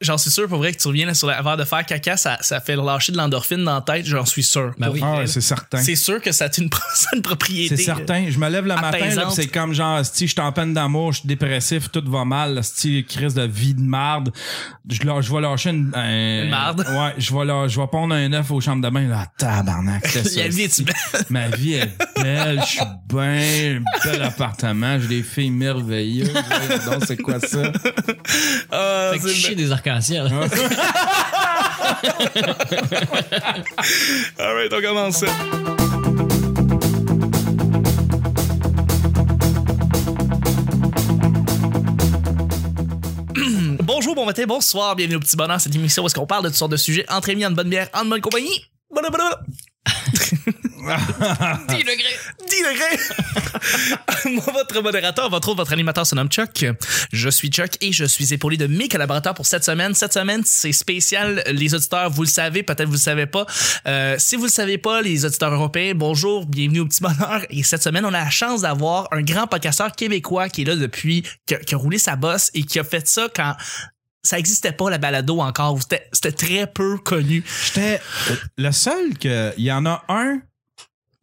genre, c'est sûr, pour vrai, que tu reviens là, sur la, avant de faire caca, ça, ça fait lâcher de l'endorphine dans la tête, j'en suis sûr. Ben Pour oui. vrai, Ah ouais, là. c'est certain. c'est Ah, sûr que ça a une, pro- ça a une propriété. C'est certain. Je me lève le matin, là, apaisante. pis c'est comme genre, si je suis en peine d'amour, je suis dépressif, tout va mal, si crise de vie de marde, je, lâ- je vais lâcher une. un- Une marde. Ouais, je vais, lâ- je vais pondre un œuf aux chambres de bain, là, tabarnak. c'est ça, La vie est esti. Ma vie est belle, je suis bien, j'ai un bel appartement, j'ai des filles merveilleuses. Non, c'est quoi ça? Ah, Fait que c'est- chier des arcs-en-ciel. All right, on commence ça. Bonjour, bon matin, bonsoir, bienvenue au Petit Bonheur, cette émission où est-ce qu'on parle de toutes sortes de sujets entre amis, en bonne bière, en bonne compagnie. Bonne, bonne, bonne. 10 degrés. Moi, votre modérateur, votre autre, votre animateur se nomme Chuck. Je suis Chuck et je suis épaulé de mes collaborateurs pour cette semaine. Cette semaine, c'est spécial. Les auditeurs, vous le savez, peut-être vous le savez pas. Euh, si vous le savez pas, les auditeurs européens, bonjour, bienvenue au petit bonheur. Et cette semaine, on a la chance d'avoir un grand podcasteur québécois qui est là depuis, qui a, qui a roulé sa bosse et qui a fait ça quand ça existait pas la balado encore. C'était c'était très peu connu. J'étais le seul que. Il y en a un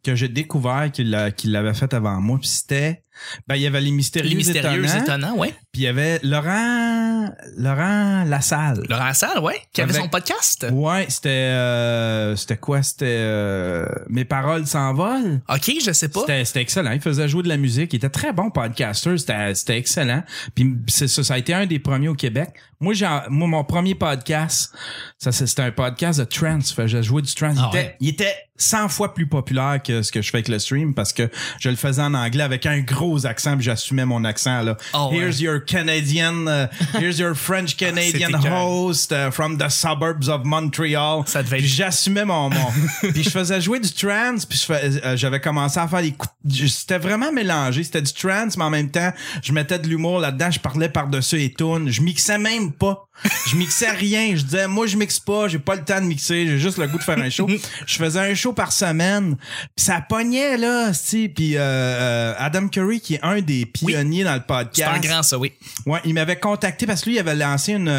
que j'ai découvert qu'il l'a- qu'il l'avait fait avant moi, puis c'était. Ben, il y avait les mystérieux, Les mystérieux étonnants, étonnants, ouais. puis il y avait Laurent. Laurent Lassalle. Laurent Salle, ouais, qui avait Avec- son podcast. Ouais, c'était. euh, c'était quoi? C'était. euh, Mes paroles s'envolent. Ok, je sais pas. C'était, c'était excellent. Il faisait jouer de la musique. Il était très bon podcaster. C'était, c'était excellent. Puis c'est ça, ça a été un des premiers au Québec. Moi, j'ai, moi mon premier podcast, ça, c'est- c'était un podcast de trance. Fait que Je jouais du trance. Ah il, ouais. était, il était 100 fois plus populaire que ce que je fais avec le stream parce que je le faisais en anglais avec un gros accent puis j'assumais mon accent. Là. Ah ouais. Here's your Canadian, uh, here's your French Canadian Ah, c'était host uh, from the suburbs of Montreal. Ça devait Puis être j'assumais mon mon puis je faisais jouer du trance puis je fais- euh, j'avais commencé à faire des coups je- c'était vraiment mélangé c'était du trance mais en même temps je mettais de l'humour là-dedans je parlais par-dessus les tunes je mixais même pas je mixais rien je disais moi je mixe pas j'ai pas le temps de mixer j'ai juste le goût de faire un show je faisais un show par semaine puis ça pognait là si puis euh, euh, Adam Curry qui est un des pionniers dans le C'est podcast un grand, ça, oui. Ouais, il m'avait contacté parce que lui, il avait lancé une, euh,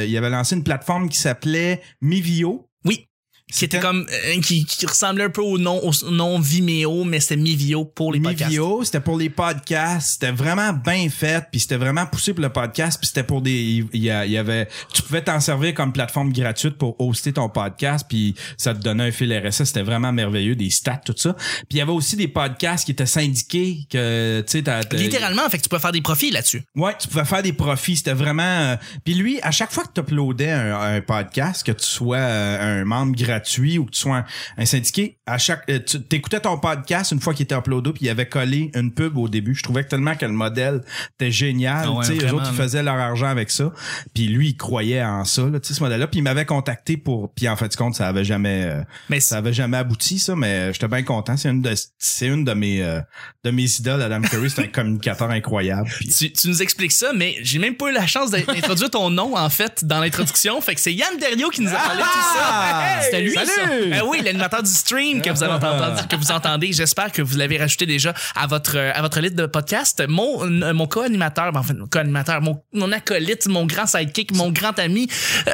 euh, il avait lancé une plateforme qui s'appelait Mivio. Oui. Qui était comme, euh, qui, qui ressemblait un peu au nom, au nom Vimeo, mais c'était Mivio pour les podcasts. Mivio, c'était pour les podcasts, c'était vraiment bien fait, puis c'était vraiment poussé pour le podcast, puis c'était pour des, il il y, a- il y avait, tu pouvais t'en servir comme plateforme gratuite pour hoster ton podcast, puis ça te donnait un fil RSS, c'était vraiment merveilleux, des stats, tout ça. Puis il y avait aussi des podcasts qui étaient syndiqués, que tu sais, t'as- t'as- Littéralement, fait que tu peux faire des profits là-dessus. Ouais, tu pouvais faire des profits, c'était vraiment... euh, Puis lui, à chaque fois que tu uploadais un, un podcast, que tu sois euh, un membre gratuit ou que tu sois un, un syndiqué, à chaque euh, tu écoutais ton podcast une fois qu'il était uploadé, puis il avait collé une pub au début. Je trouvais que tellement que le modèle était génial. Ah ouais, tu sais, eux vraiment, autres, ils là. faisaient leur argent avec ça. Puis lui, il croyait en ça, là, tu sais, ce modèle-là. Puis il m'avait contacté pour... Puis en fait, compte, ça avait jamais... euh, Mais ça avait jamais abouti ça mais euh, j'étais bien content c'est une de c'est une de mes euh, de mes idoles Adam Curry c'est un communicateur incroyable puis- tu, tu nous expliques ça, mais j'ai même pas eu la chance d'in- d'introduire ton nom, en fait, dans l'introduction. Fait que c'est Yann Derriot qui nous a parlé de tout ça. Ah! C'était lui, Salut! Ah! ça. Ben oui, l'animateur du stream que vous avez entendu, que vous entendez. J'espère que vous l'avez rajouté déjà à votre, euh, à votre liste de podcast. Mon, euh, mon co-animateur, ben, en fait, mon co-animateur, mon, mon acolyte, mon grand sidekick, mon grand ami, euh,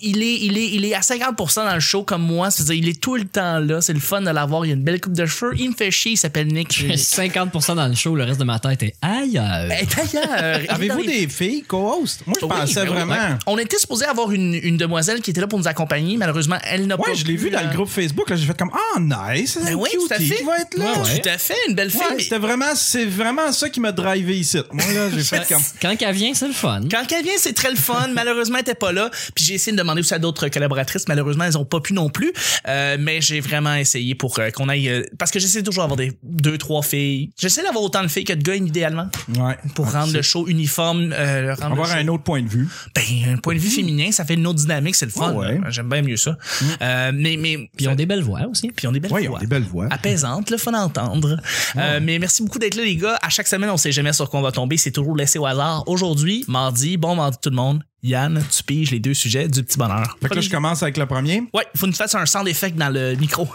il est, il est, il est à 50% dans le show comme moi. C'est-à-dire, il est tout le temps là. C'est le fun de l'avoir. Il a une belle coupe de cheveux. Il me fait chier. Il s'appelle Nick. 50% dans le show, le reste de ma tête est ailleurs. Eh, D'ailleurs, il est dans Avez-vous les- des filles co-host? Moi, je Oui, pensais ben oui, vraiment. ouais. On était supposé avoir une, une demoiselle qui était là pour nous accompagner. Malheureusement, elle n'a pas. Ouais, je l'ai vu dans le euh, groupe Facebook. là, J'ai fait comme Ah, nice! c'est Ben oui, tout à cutie fait. qui va être là. Ouais, ouais. Tout à fait, une belle fille. Ouais, c'était vraiment, c'est vraiment ça qui m'a drivé ici. Moi, là, j'ai fait comme. Quand qu'elle vient, c'est le fun. Quand elle vient, c'est très le fun. Malheureusement, elle était pas là. Puis j'ai essayé de demander aussi à d'autres collaboratrices. Malheureusement, elles ont pas pu non plus. Euh, mais j'ai vraiment essayé pour euh, qu'on aille. euh, parce que j'essaie toujours d'avoir des deux, trois filles. J'essaie d'avoir autant de filles que de gars, idéalement, Ouais. pour rendre le show uniforme. euh, rendre le On va Ah, avoir show- un autre point de vue. Ben, un point de vue féminin, ça fait une autre dynamique, c'est le fun. Ouais, Hmm. ouais. J'aime bien mieux ça. Euh, mais mais Puis ils ont des belles voix aussi. puis on est belles Oui, on voix. a des belles voix. apaisante, le fun à entendre. Euh, mais merci beaucoup d'être là, les gars. À chaque semaine, on sait jamais sur quoi on va tomber. C'est toujours laissé au hasard. Aujourd'hui, mardi, bon mardi tout le monde. Yann, tu piges les deux sujets du petit bonheur. Fait que là, je commence avec le premier. Ouais, faut nous faire un sound effect dans le micro.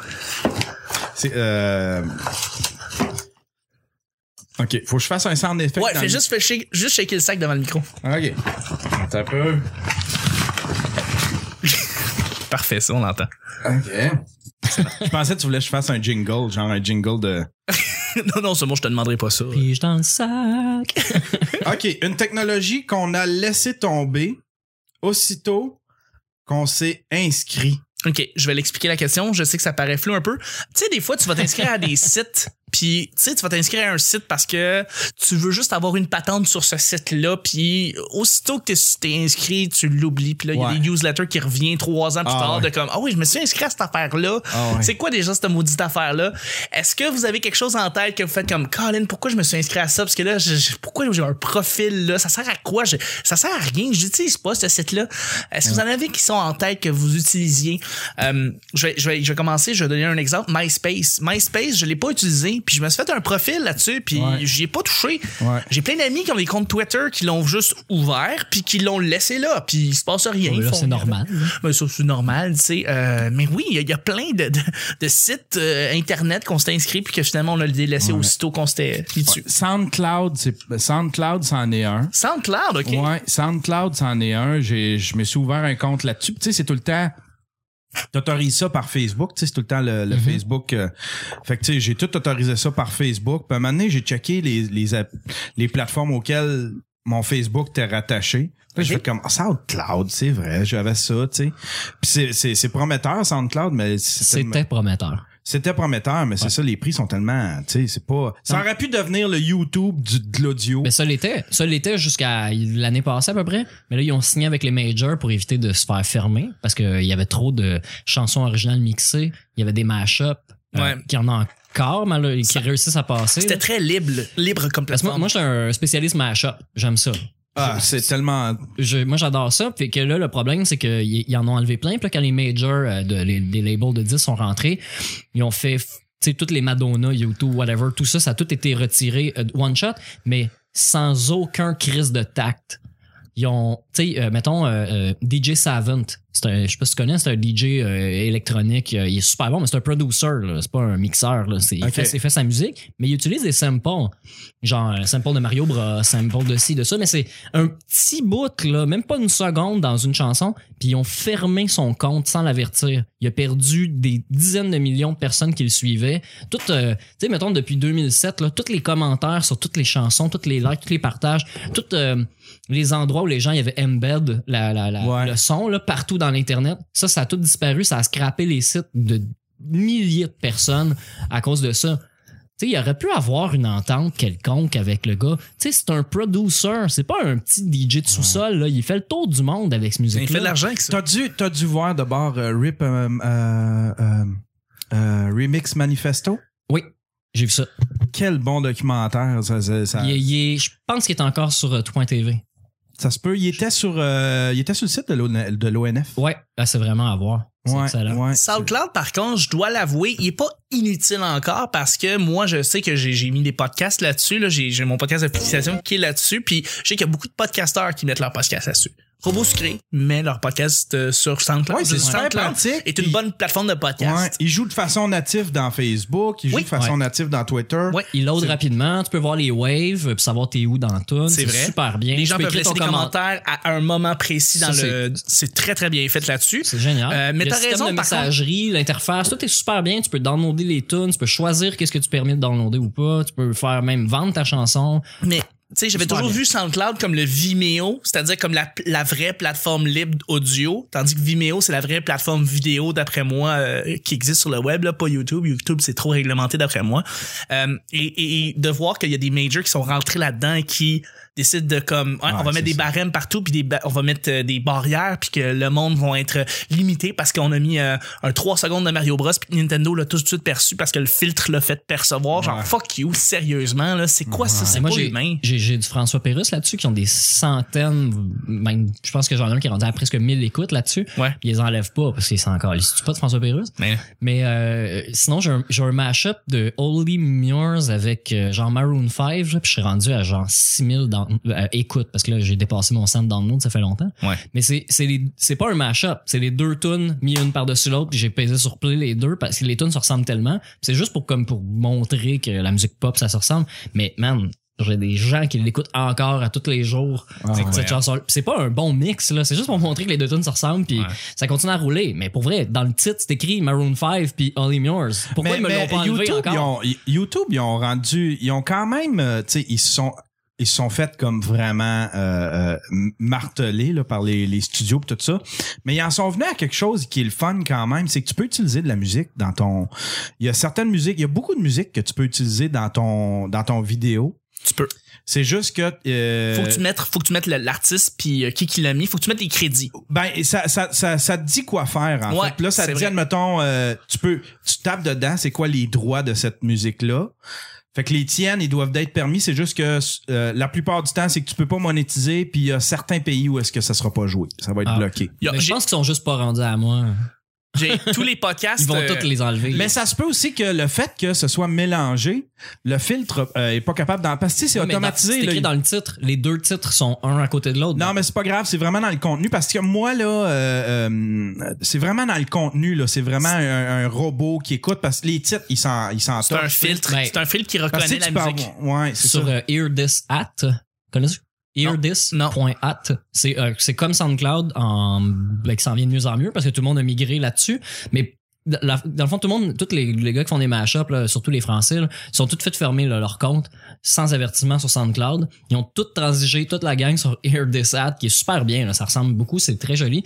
C'est. Euh... OK. Faut que je fasse un sound effect. Ouais, dans fais le- juste, fais shake- juste shaker le sac devant le micro. OK. Attends un peu. Parfait, ça, on l'entend. OK. je pensais que tu voulais que je fasse un jingle, genre un jingle de. non, non, c'est bon, je te demanderai pas ça. Pige dans le sac. OK, une technologie qu'on a laissé tomber aussitôt qu'on s'est inscrit. OK, je vais l'expliquer la question. Je sais que ça paraît flou un peu. Tu sais, des fois, tu vas t'inscrire à des sites, puis tu sais, tu vas t'inscrire à un site parce que tu veux juste avoir une patente sur ce site-là, puis aussitôt que t'es- t'es inscrit, tu l'oublies. Puis là, il y Ouais. a des newsletters qui reviennent trois ans plus Ah tard ouais. de comme, ah oui, je me suis inscrit à cette affaire-là. Ah ouais. C'est quoi déjà cette maudite affaire-là? Est-ce que vous avez quelque chose en tête que vous faites comme, Colin, pourquoi je me suis inscrit à ça? Parce que là, je- je- pourquoi j'ai un profil là? Ça sert à quoi? Je- ça sert à rien. Je n'utilise pas ce site-là. Est-ce que vous en avez qui sont en tête que vous utilisiez? Euh, je, vais, je, vais, je vais commencer, je vais donner un exemple. MySpace. MySpace, je l'ai pas utilisé, puis je me suis fait un profil là-dessus, puis Ouais. j'y ai pas touché. Ouais. J'ai plein d'amis qui ont des comptes Twitter qui l'ont juste ouvert, puis qui l'ont laissé là, puis il se passe rien. Ouais, là, Ils font- c'est normal. ben, ça, c'est normal, tu sais. Euh, mais oui, il y, a- il y a plein de, de, de sites euh, Internet qu'on s'est inscrit puis que finalement, on a délaissé Ouais. aussitôt qu'on s'était mis dessus. SoundCloud, c'est- SoundCloud, c'en est un. SoundCloud, OK? Ouais, SoundCloud, c'en est un. J'ai- Je me suis ouvert un compte là-dessus. Puis Tu sais, c'est tout le temps. T'autorises ça par Facebook, tu sais, c'est tout le temps le, le Facebook. euh, fait que tu sais, j'ai tout autorisé ça par Facebook. Puis à un moment donné, j'ai checké les, les, app- les plateformes auxquelles mon Facebook était rattaché. Là, j'ai Ok. fait comme Ah, SoundCloud, c'est vrai, j'avais ça, tu sais. Puis c'est- c'est c'est prometteur, SoundCloud, mais c'est- C'était prometteur. c'était prometteur, mais c'est ça, les prix sont tellement, tu sais, c'est pas. Ça aurait pu devenir le YouTube du, de l'audio. Mais ça l'était. Ça l'était jusqu'à l'année passée à peu près. Mais là, ils ont signé avec les majors pour éviter de se faire fermer parce qu'il y avait trop de chansons originales mixées. Il y avait des mash-ups euh, Ouais. qui en ont encore, mais là, qui réussissent à passer. C'était là. très libre, libre comme Parce que moi, plateforme. moi, je suis un spécialiste mash-up. J'aime ça. Ah, c'est tellement Je- moi, j'adore ça. Puis que là, le problème, c'est qu'ils ils en ont enlevé plein. Puis là, quand les majors euh, de, les, des labels de 10 sont rentrés, ils ont fait, tu sais, toutes les Madonna, YouTube, whatever, tout ça, ça a tout été retiré euh, one shot, mais sans aucun crise de tact. Ils ont, tu sais, euh, mettons, euh, euh, DJ Savant. C'est un, je sais pas si tu connais, c'est un DJ euh, électronique. Euh, il est super bon, mais c'est un producer, là. C'est pas un mixeur, là. C'est- il, Ok. fait, il fait sa musique, mais il utilise des samples. Genre, un sample de Mario Bros, sample de ci, de ça, mais c'est un petit bout, là, même pas une seconde dans une chanson, puis ils ont fermé son compte sans l'avertir. Il a perdu des dizaines de millions de personnes qui le suivaient. Tout, euh, tu sais, mettons, depuis 2007, là, tous les commentaires sur toutes les chansons, toutes les likes, tous les partages, tous euh, les endroits où les gens, il y avait embed, la, la, la- Ouais. le son, là, partout dans l'Internet. Ça, ça a tout disparu. Ça a scrappé les sites de milliers de personnes à cause de ça. Tu sais, il aurait pu avoir une entente quelconque avec le gars. Tu sais, c'est un producer, c'est pas un petit DJ de sous-sol. là. Il fait le tour du monde avec cette Il musique-là. fait de l'argent avec ça. T'as dû, t'as dû voir d'abord euh, Rip euh, euh, euh, euh, Remix Manifesto. Oui, j'ai vu ça. Quel bon documentaire. Ça, ça, ça- Il est- il est- je pense qu'il est encore sur euh, .tv. ça se peut. Il était sur, euh, il était sur le site de l'O- de l'ONF. Ouais, là, c'est vraiment à voir. C'est excellent. ouais. SoundCloud, par contre, je dois l'avouer, il est pas inutile encore parce que moi, je sais que j'ai j'ai mis des podcasts là-dessus. Là, j'ai j'ai mon podcast de fixation qui est là-dessus. Puis je sais qu'il y a beaucoup de podcasteurs qui mettent leur podcast là-dessus. Robot Sucré met leur podcast euh, sur SoundCloud. Ouais, c'est super SoundCloud pratique. est une Il- bonne plateforme de podcast. Ouais. Il joue de façon native dans Facebook. Il joue Oui. de façon Ouais. native dans Twitter. Ouais. Il load rapidement, tu peux voir les waves, euh, puis savoir t'es où dans tout. C'est C'est vrai. super bien. Les Tu gens peux peuvent écrire laisser ton des comment- commentaires à un moment précis dans Ça, le. C'est très très bien fait là-dessus. C'est génial. Euh, mais Le t'as système raison, de par contre- messagerie, l'interface, tout est super bien. Tu peux downloader les tunes, tu peux choisir qu'est-ce que tu permets de downloader ou pas. Tu peux faire même vendre ta chanson. Mais tu sais, j'avais Super toujours bien. vu SoundCloud comme le Vimeo, c'est-à-dire comme la, la vraie plateforme libre audio, tandis que Vimeo, c'est la vraie plateforme vidéo, d'après moi, euh, qui existe sur le web, là, pas YouTube. YouTube, c'est trop réglementé, d'après moi. Euh, et, et- et de voir qu'il y a des majors qui sont rentrés là-dedans et qui décident de comme ah, on Ouais, va c'est mettre des ça. barèmes partout puis des ba- on va mettre euh, des barrières puis que le monde vont être limité parce qu'on a mis euh, un 3 secondes de Mario Bros puis que Nintendo l'a tout de suite perçu parce que le filtre l'a fait percevoir genre Ouais. fuck you sérieusement là c'est quoi ça c'est Et moi, pas j'ai, humain j'ai, j'ai du François Pérusse là-dessus qui ont des centaines, même, je pense que j'en ai un qui est rendu à presque 1000 écoutes là-dessus. Ouais. Puis ils les enlèvent pas parce qu'ils sont encore. Ils se pas de François Pérusse. Mais- Mais euh, sinon, j'ai un, j'ai un mash-up de Holy Mures avec euh, genre Maroon 5, là, puis je suis rendu à genre 6000 dans, euh, écoutes, parce que là, j'ai dépassé mon centre download, ça fait longtemps. Ouais. Mais c'est c'est les- c'est pas un mash-up, c'est les deux tunes mis une par-dessus l'autre, puis j'ai pesé sur play les deux, parce que les tunes se ressemblent tellement. Puis C'est juste pour comme pour montrer que la musique pop, ça se ressemble. Mais man, J'ai des gens qui l'écoutent encore à tous les jours. Ah, cette ouais. chanson. C'est pas un bon mix, là. C'est juste pour montrer que les deux tunes se ressemblent, puis Ouais. ça continue à rouler. Mais pour vrai, dans le titre, c'est écrit Maroon 5 puis All In Yours. Pourquoi Mais- ils me l'ont mais pas enlevé YouTube, encore? Ils ont, ils- YouTube, ils ont rendu, ils ont quand même, euh, tu sais, ils se sont, ils se sont faits comme vraiment euh, euh, martelés là, par les, les studios et tout ça. Mais ils en sont venus à quelque chose qui est le fun quand même, c'est que tu peux utiliser de la musique dans ton. Il y a certaines musiques, il y a beaucoup de musique que tu peux utiliser dans ton dans ton vidéo. Tu peux. C'est juste que. euh, Faut que tu mettes, faut que tu mettes le- l'artiste puis euh, qui qui l'a mis. Faut que tu mettes les crédits. Ben, et ça, ça, ça, ça te dit quoi faire, en Ouais, fait. Là, ça te c'est dit, vrai. admettons, euh, tu peux, tu tapes dedans, c'est quoi les droits de cette musique-là. Fait que les tiennes, ils doivent être permis. C'est juste que euh, la plupart du temps, c'est que tu peux pas monétiser, puis il y a certains pays où est-ce que ça sera pas joué. Ça va être Ah. bloqué. Y a- Mais je j'ai- pense qu'ils sont juste pas rendus à moi. J'ai tous les podcasts. Ils vont euh, tous les enlever. Mais ça se peut aussi que le fait que ce soit mélangé, le filtre euh, est pas capable d'en... Parce que tu sais, c'est Ouais, mais dans- automatisé. C'est là. écrit dans le titre. Les deux titres sont un à côté de l'autre. Non, mais c'est pas grave, c'est vraiment dans le contenu parce que moi, là, euh, euh, c'est vraiment dans le contenu, là. C'est vraiment un, un robot qui écoute parce que les titres, ils s'en ils s'en C'est un torchent. filtre. Ouais. C'est un filtre qui Parce que reconnaît tu la peux musique. avoir- Ouais, c'est sur ça. euh, earthis.at. Connais-tu? Non. Earthis.at. C'est euh, c'est comme SoundCloud en, ben, qui s'en vient de mieux en mieux parce que tout le monde a migré là-dessus. Mais dans la- dans le fond, tout le monde, tous les, les gars qui font des mashups, là, surtout les Français, là, ils sont tous fait fermer là, leur compte sans avertissement sur SoundCloud. Ils ont tous transigé, toute la gang sur earthis.at qui est super bien. là. ça ressemble beaucoup, c'est très joli.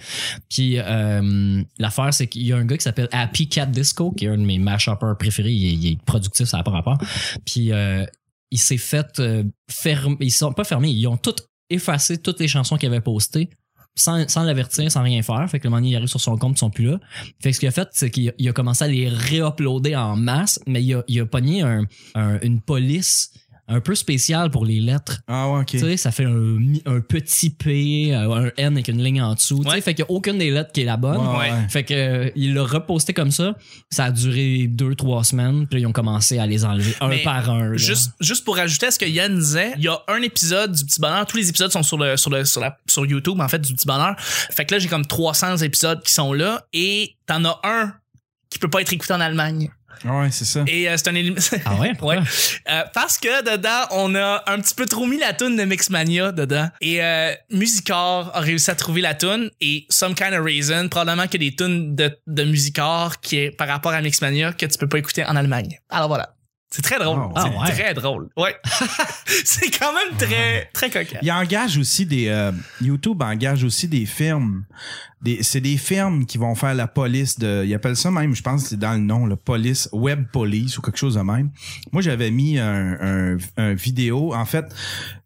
Puis euh, l'affaire, c'est qu'il y a un gars qui s'appelle Happy Cat Disco, qui est un de mes mashuppers préférés. Il est, il est productif, ça n'a pas rapport. Puis euh, il s'est fait euh, fermer. Ils sont pas fermés, ils ont tout effacé toutes les chansons qu'il avait postées sans, sans l'avertir, sans rien faire. Fait que le moment donné, il arrive sur son compte, ils sont plus là. Fait que ce qu'il a fait, c'est qu'il a, il a commencé à les réuploader en masse, mais il a, il a pogné un- un- une police un peu spéciale pour les lettres. Ah ouais, ok. Tu sais, ça fait un, mi- un petit P, euh, un N avec une ligne en dessous. Tu sais, Ouais. fait qu'il n'y a aucune des lettres qui est la bonne. Ouais, Ouais. ouais. Fait que euh, il l'a reposté comme ça. Ça a duré deux, trois semaines. Puis là, ils ont commencé à les enlever un Mais par un. là. Juste, juste pour rajouter à ce que Yann disait, il y a un épisode du Petit Bonheur. Tous les épisodes sont sur le, sur le, sur la, sur YouTube, en fait, du Petit Bonheur. Fait que là, j'ai comme 300 épisodes qui sont là et t'en as un qui peut pas être écouté en Allemagne. Ouais, c'est ça. Et euh, c'est un élim- Ah ouais? Pourquoi? Ouais. Euh, parce que dedans, on a un petit peu trop mis la toune de Mixmania dedans. Et euh, Musicore a réussi à trouver la toune et Some Kind of Reason, probablement que des tunes de, de Musicore qui est par rapport à Mixmania que tu peux pas écouter en Allemagne. Alors voilà. C'est très drôle. Ah, c'est ouais. très drôle. Ouais. c'est quand même très, très coquin. Il engage aussi des euh, YouTube engage aussi des firmes. Des, c'est des firmes qui vont faire la police de. Ils appellent ça même, je pense, que c'est dans le nom, la police web police ou quelque chose de même. Moi, j'avais mis un, un, un vidéo. En fait,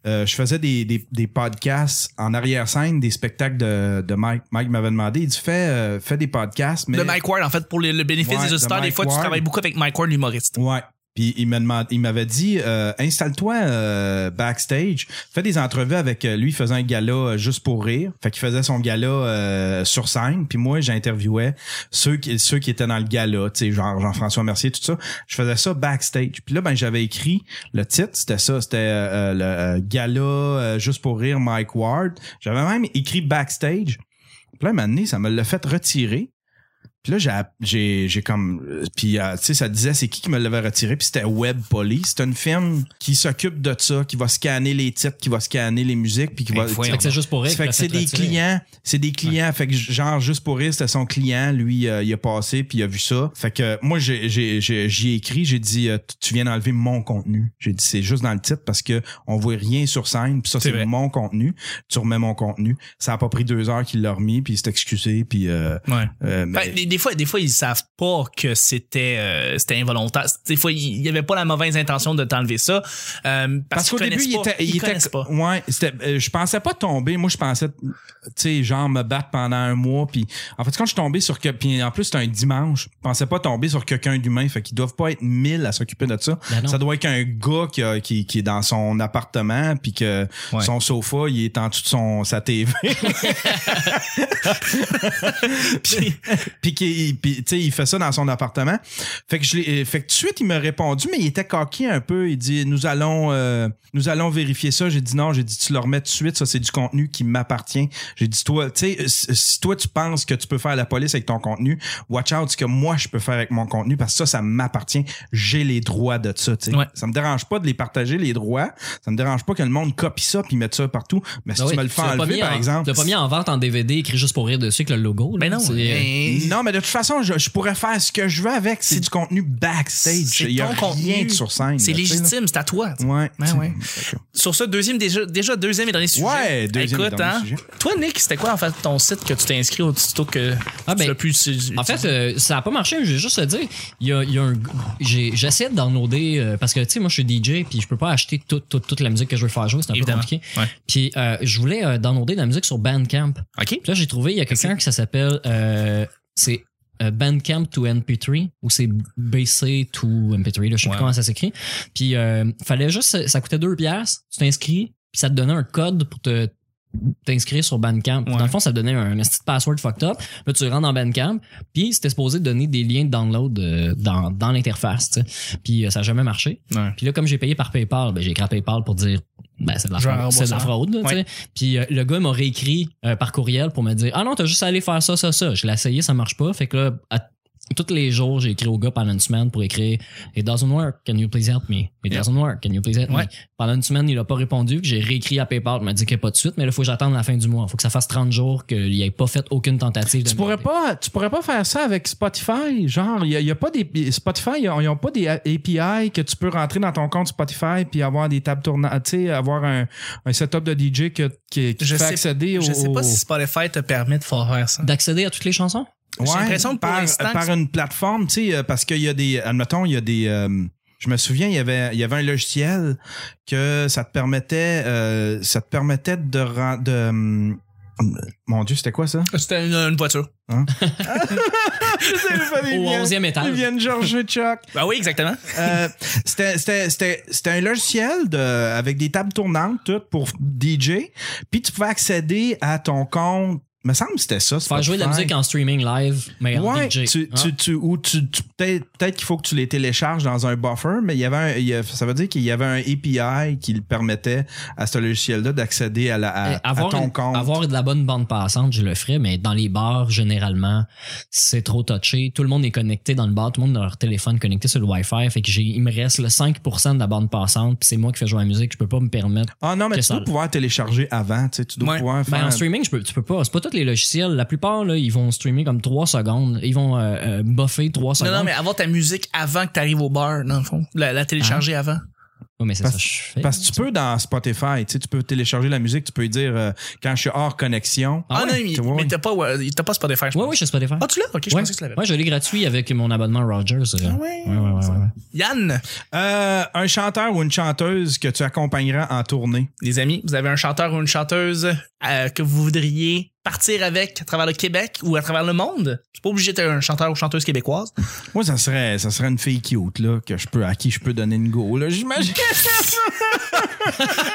euh, je faisais des, des, des podcasts en arrière scène, des spectacles de, de Mike. Mike m'avait demandé, il dit fais euh, fais des podcasts, mais De Mike Ward, en fait, pour le, le bénéfice Ouais, des de auditeurs, des Mike fois, tu Ward. travailles beaucoup avec Mike Ward, l'humoriste. Ouais. Puis il m'a demandé, il m'avait dit euh, installe-toi euh, backstage, fais des entrevues avec euh, lui, il faisait un gala euh, juste pour rire. Fait qu'il faisait son gala euh, sur scène, puis moi j'interviewais ceux qui ceux qui étaient dans le gala, tu sais genre Jean-François Mercier tout ça. Je faisais ça backstage. Puis là ben j'avais écrit le titre, c'était ça, c'était euh, euh, le euh, gala euh, juste pour rire Mike Ward. J'avais même écrit backstage. Puis là, un moment donné, ça me l'a fait retirer. Puis là, j'ai app- j'ai, j'ai comme... euh, Puis, euh, tu sais, ça disait c'est qui qui me l'avait retiré. Puis c'était Web Police. C'est une firme qui s'occupe de ça, qui va scanner les titres, qui va scanner les musiques, puis qui va... Ben, voyons. Fait que c'est juste pour rire. Fait que c'est des clients clients, c'est des clients. Fait que genre juste pour rire, c'était son client, lui, euh, il a passé puis il a vu ça. Fait que euh, moi j'ai j'ai j'ai j'y ai écrit, j'ai dit euh, tu- tu viens d'enlever mon contenu. J'ai dit c'est juste dans le titre parce que on voit rien sur scène puis ça C'est c'est vrai. mon contenu. Tu remets mon contenu. Ça a pas pris deux heures qu'il l'a remis puis il s'est excusé puis euh, Ouais. euh, mais- Fait, Ben, des, des fois, des fois, ils savent pas que c'était, euh, c'était involontaire. Des fois, il il y avait pas la mauvaise intention de t'enlever ça. euh, parce, Parce qu'au qu'ils début, il connaissent pas, était, ils il était, connaissent pas. ouais, c'était, euh, je pensais pas tomber. Moi, je pensais, tu sais, genre me battre pendant un mois. Puis, en fait, quand je suis tombé sur que, puis en plus, c'était un dimanche. Je pensais pas tomber sur quelqu'un d'humain. Fait qu'ils doivent pas être mille à s'occuper de ça. Ben non. ça doit être un gars qui, a- qui, qui est dans son appartement, puis que Ouais. son sofa, il est en dessous de son, sa TV. puis, puis, qu'il- puis, tu sais, il fait ça dans son appartement. Fait que je l'ai- euh, fait que tout de suite, il m'a répondu, mais il était coquille un peu. Il dit, nous allons, euh, nous allons vérifier ça. J'ai dit non. J'ai dit, tu le remets tout de suite. Ça, c'est du contenu qui m'appartient. J'ai dit, toi, tu sais, euh, si si toi, tu penses que tu peux faire la police avec ton contenu, watch out ce que moi, je peux faire avec mon contenu parce que ça, ça m'appartient. J'ai les droits de ça, tu sais. Ouais. Ça me dérange pas de les partager, les droits. Ça me dérange pas que le monde copie ça puis mette ça partout. Mais si Ah tu oui, me le fais l'as pas enlever, mis par en- exemple. Tu l'as pas mis en vente en DVD écrit juste pour rire dessus avec le logo. là. Mais Mm, Ben non. C'est- euh, mais- Non, mais de toute façon, je, je pourrais faire ce que je veux avec. C'est du contenu backstage. C'est Il y a ton rien contenu. de sur scène. C'est là, tu sais, là. légitime, c'est à toi. tu sais. Ouais. Ben Ouais, ouais. Fait que- Sur ce, deuxième, déjà, déjà deuxième et dernier sujet. Ouais, deuxième et Écoute, dernier hein, sujet. Toi, Nick, c'était quoi en fait ton site que tu t'es inscrit au tuto que Ah, tu ben, l'as pu utiliser? En fait, euh, ça a pas marché, mais je vais juste le dire. Il y a, il y a un. j'ai- J'essaie de downloader euh, parce que, tu sais, moi, je suis DJ puis je peux pas acheter toute, toute, toute la musique que je veux faire jouer. C'est un Évidemment. peu compliqué. Ouais. Puis, euh, je voulais euh, downloader de la musique sur Bandcamp. OK. Puis là, j'ai trouvé, il y a quelqu'un qui ça s'appelle. euh, c'est euh, Bandcamp to MP3 ou c'est BC to MP3, là, je sais Ouais. plus comment ça s'écrit. Puis, euh, fallait juste. Ça coûtait deux piastres. Tu t'inscris puis ça te donnait un code pour te t'inscrire sur Bandcamp. Ouais. Dans le fond, ça te donnait un, un petit password fucked up. Là, tu rentres dans Bandcamp, puis c'était supposé te donner des liens de download euh, dans, dans l'interface. tu sais. Puis euh, ça n'a jamais marché. Ouais. Puis là, comme j'ai payé par PayPal, ben, j'ai écrit à PayPal pour dire ben, c'est de la Genre fraude. C'est de la fraude là, tu sais. Puis euh, le gars m'a réécrit euh, par courriel pour me dire Ah non, t'as juste à aller faire ça, ça, ça. Je l'ai essayé, ça marche pas. Fait que là, à- tous les jours, j'ai écrit au gars pendant une semaine pour écrire It doesn't work, can you please help me? It doesn't work, can you please help me? Ouais. Pendant une semaine, il a pas répondu. puis J'ai réécrit à PayPal, il m'a dit qu'il n'y a pas de suite, mais là, faut que j'attende la fin du mois. Faut que ça fasse 30 jours qu'il n'y ait pas fait aucune tentative de Tu me pourrais contacter. pas, tu pourrais pas faire ça avec Spotify. Genre, il y, a- il y a pas des Spotify, ils ont- ils ont pas des API que tu peux rentrer dans ton compte Spotify puis avoir des tables tournantes, tu sais, avoir un, un setup de DJ que, qui, qui Je te fait sais- accéder au. Je sais pas si Spotify te permet de faire ça. D'accéder à toutes les chansons? J'ai l'impression que pour par, l'instant, par une plateforme, tu sais, euh, parce qu'il y a des, admettons, il y a des, euh, je me souviens, il y avait, il y avait un logiciel que ça te permettait, euh, ça te permettait de, ren- de, hum, mon Dieu, c'était quoi ça? C'était une, une voiture. Eh Au 11e étage. George Chuck. Ah oui, exactement. Euh, c'était- c'était c'était- c'était un logiciel de, avec des tables tournantes tout pour DJ. Puis tu pouvais accéder à ton compte. me semble que c'était ça. Faire jouer de la Spotify. musique en streaming live, mais en Ouais, DJ. tu, hein? tu, tu- ou tu, tu- peut-être, peut-être qu'il faut que tu les télécharges dans un buffer, mais il y avait un- il y a- ça veut dire qu'il y avait un API qui le permettait à ce logiciel-là d'accéder à, la, à, Euh, à avoir, ton une- compte. avoir de la bonne bande passante, je le ferais, mais dans les bars, généralement, c'est trop touché. Tout le monde est connecté dans le bar, tout le monde a leur téléphone connecté sur le Wi-Fi. Fait que j'ai, il me reste le 5% de la bande passante, puis c'est moi qui fais jouer la musique, je peux pas me permettre. Ah non, mais que tu ça- dois pouvoir télécharger avant. Tu, sais, tu dois Ouais. pouvoir Ben, faire. en streaming, je peux, tu peux pas. C'est pas tous les logiciels. La plupart, là, ils vont streamer comme 3 secondes. Ils vont euh, euh, buffer 3 Non, secondes. non, mais avoir ta musique avant que t'arrives au bar, dans le fond. La, la télécharger avant. Ouais, mais c'est Parce- ça que je fais. Parce que tu peux dans Spotify, tu sais, tu peux télécharger la musique, tu peux lui dire euh, quand je suis hors connexion. Ah, Ah non, mais, Tu vois, mais oui. t'as pas, ouais, t'as pas Spotify, je Ouais, pense. ouais, je sais pas faire. Ah, tu l'as? Ok, je ouais. pensais que tu l'avais. Ouais, je l'ai gratuit avec mon abonnement Rogers. euh. Ah ouais. ouais, ouais, ouais, ouais. Yann, Euh, un chanteur ou une chanteuse que tu accompagneras en tournée. les amis, vous avez un chanteur ou une chanteuse euh, que vous voudriez partir avec à travers le Québec ou à travers le monde. C'est pas obligé d'être un chanteur ou chanteuse québécoise. Moi, ça serait, ça serait une fille cute là, que je peux, à qui je peux donner une go. Là, j'imagine.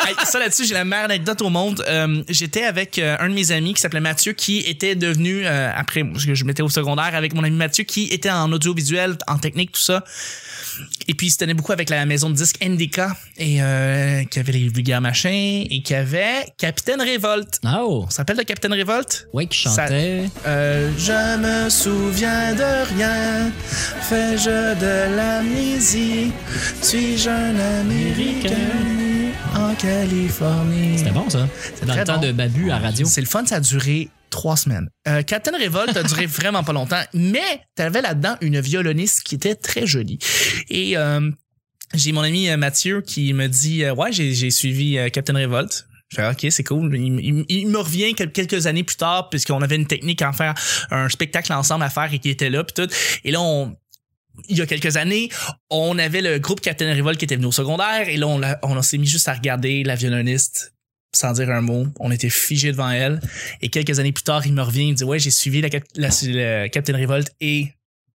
Hey, ça là-dessus, j'ai la meilleure anecdote au monde. Euh, J'étais avec euh, un de mes amis qui s'appelait Mathieu, qui était devenu, euh, après, parce que je m'étais au secondaire avec mon ami Mathieu, qui était en audiovisuel, en technique, tout ça. Et puis, il se tenait beaucoup avec la maison de disques NDK, et euh, qui avait les vulgaires machins, et qui avait Capitaine Révolte. Ah, oh. On s'appelle le Capitaine Révolte? Ouais, qui Ça- chantait. Euh, je me souviens de rien, fais-je de l'amnésie, suis-je un Américain né en Californie? C'était bon, ça. Dans très le temps bon. de Babu à radio. C'est le fun, ça a duré trois semaines. Euh, Captain Revolt a duré vraiment pas longtemps, mais t'avais là-dedans une violoniste qui était très jolie. Et euh, j'ai mon ami euh, Mathieu qui me dit euh, Ouais, j'ai j'ai suivi euh, Captain Revolt. Je fais, OK, c'est cool. Il, il- il me revient quel- quelques années plus tard, puisqu'on avait une technique à en faire un spectacle ensemble à faire et qui était là, puis tout. Et là, on. Il y a quelques années, on avait le groupe Captain Revolt qui était venu au secondaire et là, on, l'a- on s'est mis juste à regarder la violoniste sans dire un mot. On était figé devant elle. Et quelques années plus tard, il me revient, il me dit Ouais, j'ai suivi la, cap- la- le Captain Revolt et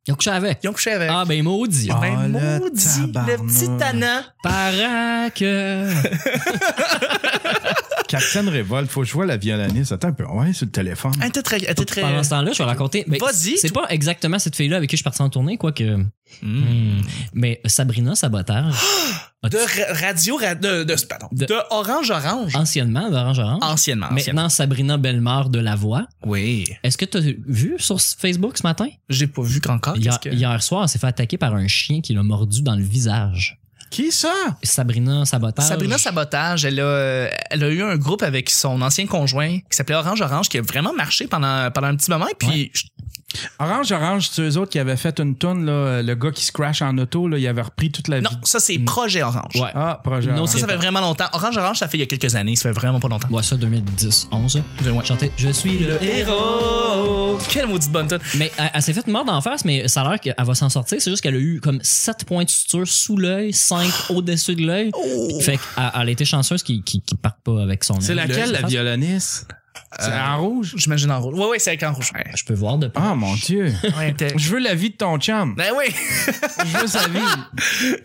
Ils ont couché avec. ils ont couché avec. Ah, ben maudit. Ah. Ben, le maudit, le tabarnak. petit Tana. Parac. Captain Révolte, faut que je vois la violoniste. Attends un peu, on va aller sur le téléphone. Elle était très. Elle était très... Pendant ce temps-là, je vais raconter. ben, Vas-y, C'est toi. pas exactement cette fille-là avec qui je suis parti en tournée, quoique. Hmm. Mais Sabrina Ah, Saboteur, De ra- radio. ra- de, de, pardon, De- Ah. de Orange Orange. anciennement d'Orange Orange, Anciennement. Ah, anciennement. maintenant Sabrina Bellemare de La Voix. Oui. Est-ce que tu as vu sur Facebook ce matin? J'ai pas vu qu'encore. hier, Ah, qu'est-ce que- hier soir, elle s'est fait attaquer par un chien qui l'a mordu dans le visage. Qui ça? Sabrina Saboteur. Sabrina Sabotage, elle a, euh, elle a eu un groupe avec son ancien conjoint qui s'appelait Orange Orange qui a vraiment marché pendant, pendant un petit moment. Et puis, je- Orange, Orange, c'est eux autres qui avaient fait une toune, là, euh, le gars qui se crash en auto, là, il avait repris toute la non, vie. ça, c'est Projet Orange. Hmm. Ouais. Ah, projet. Une autre Orange. Ça, ça fait vraiment longtemps. Orange Orange, ça fait il y a quelques années. Ça fait vraiment pas longtemps. Ouais, ça, 2010, 11. Ouais. Chantait Je suis le Héros! Quelle maudite bonne tonne. Mais elle, elle s'est faite mordre en face, mais ça a l'air qu'elle va s'en sortir. C'est juste qu'elle a eu comme 7 points de suture sous l'œil, 5 au-dessus de l'œil. Fait qu'elle elle a été chanceuse qui ne parte pas avec son C'est œil. laquelle, Le- la violoniste? C'est en rouge? J'imagine en rouge. Ouais, ouais, c'est avec en rouge. Je peux voir de près. Ah, mon Dieu. Ouais, t'es- Je veux la vie de ton chum. ben oui! Je veux sa vie.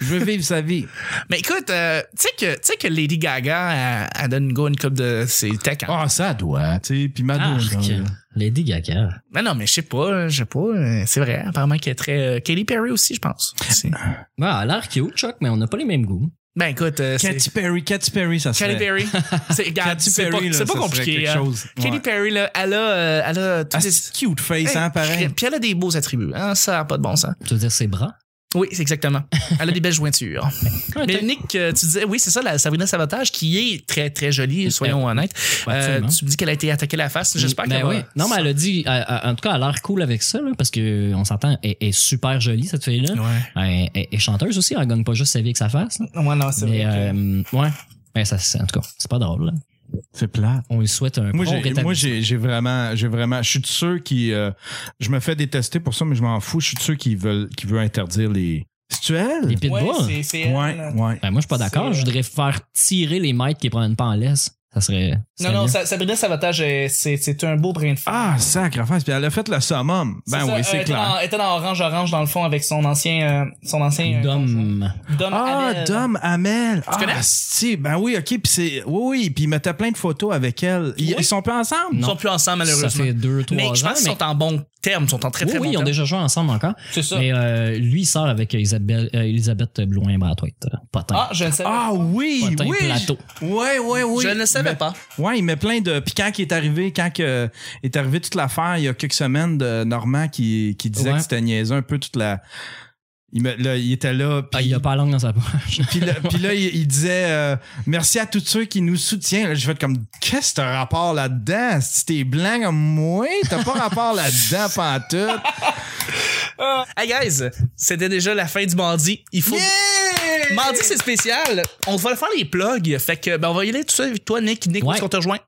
Je veux vivre sa vie. Mais écoute, euh, tu sais que, tu sais que Lady Gaga, elle, elle donne go une coupe de ses hein. tech. Ah, ça doit, tu sais. Puis Ah, Madonna. Arc. hein. Lady Gaga. Mais Ben non, mais je sais pas, je sais pas. euh, C'est vrai, apparemment qu'elle est très. euh, Katy Perry aussi, je pense. C'est- Ah. Ouais, elle a l'air cute, Chuck, mais on n'a pas les mêmes goûts. Ben écoute, euh, c'est- Katy Perry, Katy Perry, ça serait. Katy Perry. C'est, regarde, Katy c'est Perry, pas, là, c'est pas ça serait compliqué. quelque hein. chose. Katy Ouais. Perry, là, elle a, euh, elle a toutes Ah, des- c'est cute face, Hey, hein, pareil. Puis elle a des beaux attributs. hein, ça a pas de bon sens. Tu veux dire ses bras? Oui, c'est exactement. Elle a des belles jointures. Mais Nick, euh, tu disais, oui, c'est ça, la Sabrina Savatage, qui est très, très jolie, soyons honnêtes. Ouais, absolument. Euh, tu me dis qu'elle a été attaquée la face. J'espère Ben qu'elle va- oui. Non, mais elle a dit, elle- elle- en tout cas, elle a l'air cool avec ça, là, parce que on s'entend, elle elle est super jolie, cette fille-là. Ouais. Elle, elle- elle est chanteuse aussi, elle gagne pas juste sa vie avec sa face. là. Ouais, non, c'est Mais, vrai. que- euh, ouais. Ben, ça, c'est- en tout cas, c'est pas drôle. là. C'est plat. On lui souhaite un Moi, j'ai, bon moi rétablissement. j'ai, j'ai vraiment, j'ai vraiment, je suis de ceux qui, euh, je me fais détester pour ça, mais je m'en fous. Je suis de ceux qui veulent, qui veulent interdire les. C'est-tu elle? Les pitbulls. Ouais, c'est- c'est elle, là. Ouais, ouais. Ben, moi, je suis pas d'accord. Je C'est- voudrais faire tirer les maîtres qui prennent pas en laisse. Ça serait. ça Non, serait non, bien. Sa- Sabrina Savatage, euh, c'est c'est un beau brin de femme. Ah, sacre affaire. Puis elle a fait le summum. Ben ça, oui, euh, c'est était clair. dans- était dans Orange Orange, dans le fond, avec son ancien. euh, son ancien. euh, conjoint. Dom. Dom Ah, Hamel. Dom Hamel. Tu connais? Si, ben oui, ok. Puis c'est, oui, oui. Puis il mettait plein de photos avec elle. Ils, Oui. ils sont pas ensemble? Ils Non. sont plus ensemble, Ça malheureusement. fait deux, trois Mais je ans. pense qu'ils mais- sont en bon terme, ils sont en très oui, très oui, bon ils ont terme. déjà joué ensemble encore. C'est ça. Mais euh, lui, il sort avec Isabelle, euh, Elisabeth Blouin-Brathwaite. Potin. Ah, je ne savais Ah oui, Potin oui. plateau. Ouais, ouais, pas. oui. Je ne savais Mais- pas. Ouais, il met plein de. Puis quand il est arrivé, quand que- est arrivé toute l'affaire, il y a quelques semaines, de Normand qui, qui disait Ouais. que c'était niaiseux un peu toute la. Il, me- là, il était là. Puis, Ah, il a pas la langue dans sa poche. puis là, puis là, il, il disait euh, merci à tous ceux qui nous soutiennent. Là, je vais être comme qu'est-ce que t'as rapport là-dedans Si t'es blanc comme moi, t'as pas rapport là-dedans, pantoute. Hey guys, c'était déjà la fin du mardi. Il faut. Ah. Yeah! Mardi, c'est spécial. On va faire les plugs. Fait que, ben, on va y aller tout ça avec toi, Nick. Nick, où Ouais. est-ce qu'on te rejoint?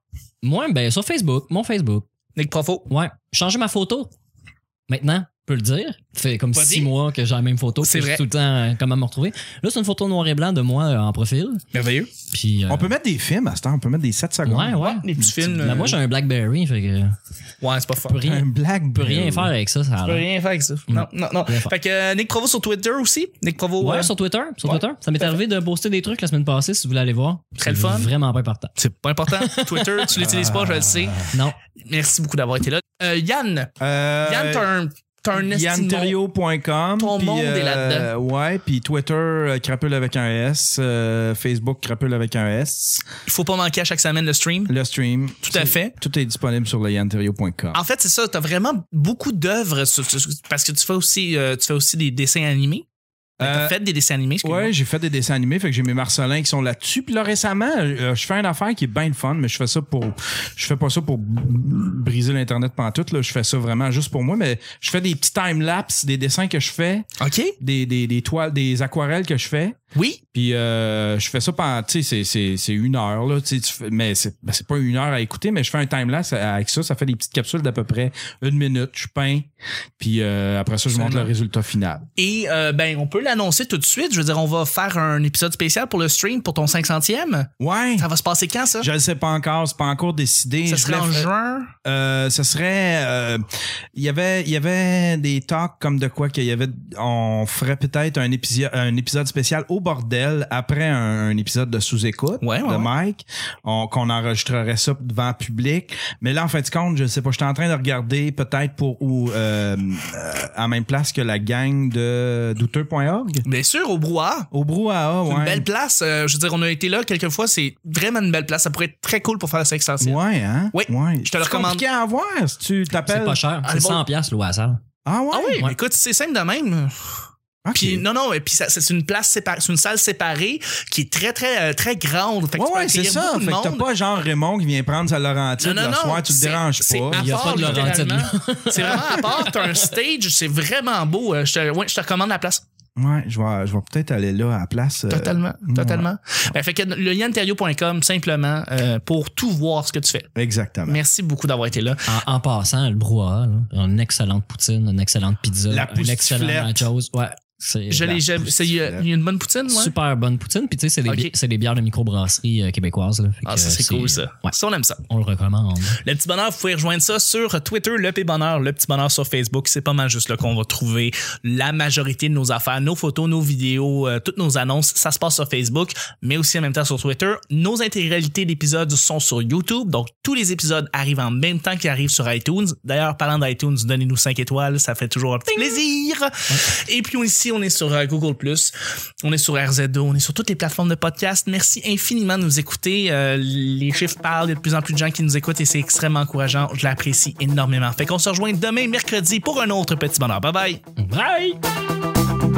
Moi, ben, sur Facebook, mon Facebook. Nick Profo. Ouais. Changer ma photo. Maintenant, je peux le dire. Ça fait comme Vas-y. six mois que j'ai la même photo. C'est puis je vrai. sais tout le temps euh, comment me retrouver. Là, c'est une photo noir et blanc de moi euh, en profil. Merveilleux. Ah, Puis. euh, On peut mettre des films à ce temps, on peut mettre des 7 secondes. Ouais, ouais. Les petits films. Là, moi, j'ai un Blackberry. Fait que. je euh, Ouais, c'est pas fort. peux rien, Un je black peux rien faire avec ça, ça a Je peux l'air. rien faire avec ça. Non, non, non. Rien faire. Fait que euh, Nick Provo sur Twitter aussi. Nick Provo. Ouais, euh, sur Twitter. Sur Ouais. Twitter. Ça m'est Parfait. arrivé de poster des trucs la semaine passée, si vous voulez aller voir. Très le C'est fun. Vraiment pas important. C'est pas important. Twitter, tu l'utilises pas, je le sais. Non. Merci beaucoup d'avoir été là. Euh, Yann. Euh, Yann, t'as un. T'as un estime- YannTerrio.com. Ton puis, monde est euh, Ouais, puis Twitter, euh, crapule avec un S. euh, Facebook, crapule avec un S. Il faut pas manquer à chaque semaine le stream. Le stream. Tout à fait. Tout est disponible sur le YannTerrio.com. En fait, c'est ça. T'as vraiment beaucoup d'œuvres sur- sur- parce que tu fais aussi, euh, tu fais aussi des dessins animés. Ben, T'as Euh, fait des dessins animés. excuse-moi. Ouais, j'ai fait des dessins animés, fait que j'ai mes Marcelins qui sont là-dessus. Puis là, récemment, euh, je fais une affaire qui est bien le fun, mais je fais ça pour. Je fais pas ça pour b- briser l'Internet pantoute, là. Je fais ça vraiment juste pour moi, mais je fais des petits time-lapse, des dessins que je fais, Ok. des, des, des toiles, des aquarelles que je fais. Oui. Puis euh, je fais ça pendant, tu sais, c'est- c'est c'est une heure, là, tu sais, tu fais- mais c'est ben, c'est pas une heure à écouter, mais je fais un time-lapse avec ça, ça fait des petites capsules d'à peu près une minute, je peins, puis euh, après ça, je C'est montre le bon. résultat final. Et euh, ben, on peut l'annoncer tout de suite. Je veux dire, on va faire un épisode spécial pour le stream pour ton 500e. Ouais, Ça va se passer quand ça je le sais pas encore, c'est pas encore décidé. Ça Je serait en voulais- juin. Euh, ce serait euh, il y avait il y avait des talks comme de quoi qu'il y avait on ferait peut-être un épisode un épisode spécial au beau bordel après un, un épisode de sous-écoute Ouais, ouais, de ouais. Mike, on- qu'on enregistrerait ça devant public. Mais là, en fin de compte, je sais pas, j'étais en train de regarder peut-être pour ou euh, euh, à même place que la gang de douteux.org. Bien sûr, au brouhaha. Au brouhaha, ouais. Une belle place. euh, je veux dire, on a été là quelques fois. C'est vraiment une belle place. Ça pourrait être très cool pour faire la sextension. Ouais, hein? Oui, Ouais. je te le C'est recommande. compliqué à avoir si tu C'est t'appelles. pas cher. Ah, C'est bon. 100 pièces le hasard. Ah ouais? Ah oui, Ouais. écoute, c'est simple de même. Ok. Puis non, non, et puis ça- c'est une place séparée, c'est une salle séparée qui est très, très, euh, très grande. Fait que Ouais, tu peux ouais, c'est accueillir ça. beaucoup de Fait que t'as monde. pas genre Raymond qui vient prendre sa Laurentide Non, non, le non, soir, tu le c'est- déranges c'est pas. à Il y a part, pas de Laurentide, littéralement. C'est vraiment à part. T'as un stage, c'est vraiment beau. Euh, Je te, ouais, je te recommande la place. Ouais, je vais, je vais peut-être aller là à la place. euh, Totalement. totalement. Ben, fait que le yanterio.com, simplement, euh, pour tout voir ce que tu fais. Exactement. Merci beaucoup d'avoir été là. En, en passant, le brouhaha, là, une excellente poutine, une excellente pizza, La une excellente pousse-flette. nachos. Ouais, c'est Je la ben, l'ai, j'aime- c'est- il y a il y a une bonne poutine, ouais. super bonne poutine. Puis tu sais, c'est des, Ok. bi- c'est des bières de microbrasserie euh, québécoise. là. Fait Ah, que, ça, euh, c'est cool, ça. Ouais, Ça, on aime ça. on le recommande. Le petit bonheur, vous pouvez rejoindre ça sur Twitter, le P bonheur, le petit bonheur sur Facebook. C'est pas mal juste là qu'on va trouver la majorité de nos affaires, nos photos, nos vidéos, euh, toutes nos annonces. Ça se passe sur Facebook, mais aussi en même temps sur Twitter. Nos intégralités d'épisodes sont sur YouTube. Donc, tous les épisodes arrivent en même temps qu'ils arrivent sur iTunes. D'ailleurs, parlant d'iTunes, donnez-nous 5 étoiles. Ça fait toujours un petit plaisir. Et puis, on- ici, on est sur euh, Google+. On est sur RZO. On est sur toutes les plateformes de podcast. Merci infiniment de nous écouter. Euh, les chiffres parlent. Il y a de plus en plus de gens qui nous écoutent et c'est extrêmement encourageant. Je l'apprécie énormément. Fait qu'on se rejoint demain, mercredi, pour un autre petit bonheur. Bye bye! Bye!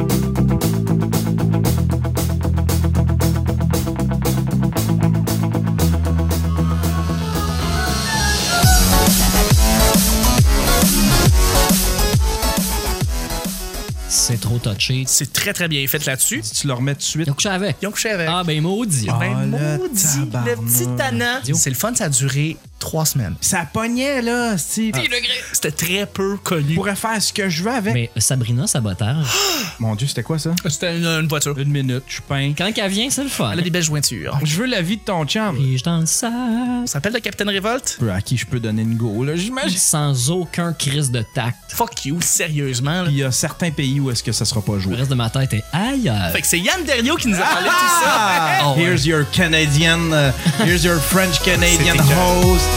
C'est trop touché. C'est très, très bien fait là-dessus. Si tu le remets tout de suite. Ils ont couché avec. Ils ont couché avec. Ah ben maudit. Ah, Ben, le maudit, tabarnak. le petit tannant. Dio. C'est le fun, ça a duré trois semaines. Ça pognait, là, si. Ah. Ah. C'était très peu Je connu. pourrais faire ce que je veux avec. Mais Sabrina Saboteur, Mon Dieu, c'était quoi ça? C'était une, une voiture. Une minute, je peins. quand elle vient, c'est le fun. Elle a des belles jointures. Je veux la vie de ton chum. Et je danse ça Ça s'appelle le Capitaine Révolte? Peu À qui je peux donner une go, là, j'imagine. sans aucun crise de tact. Fuck you, sérieusement. là. Puis il y a certains pays où est-ce que ça sera pas Le joué. reste de ma tête est ailleurs. Fait que c'est Yann Derriot qui nous a parlé de tout ça. Ah! Oh, ouais. euh, Here's your Canadian, uh, here's your French Canadian C'était que- host.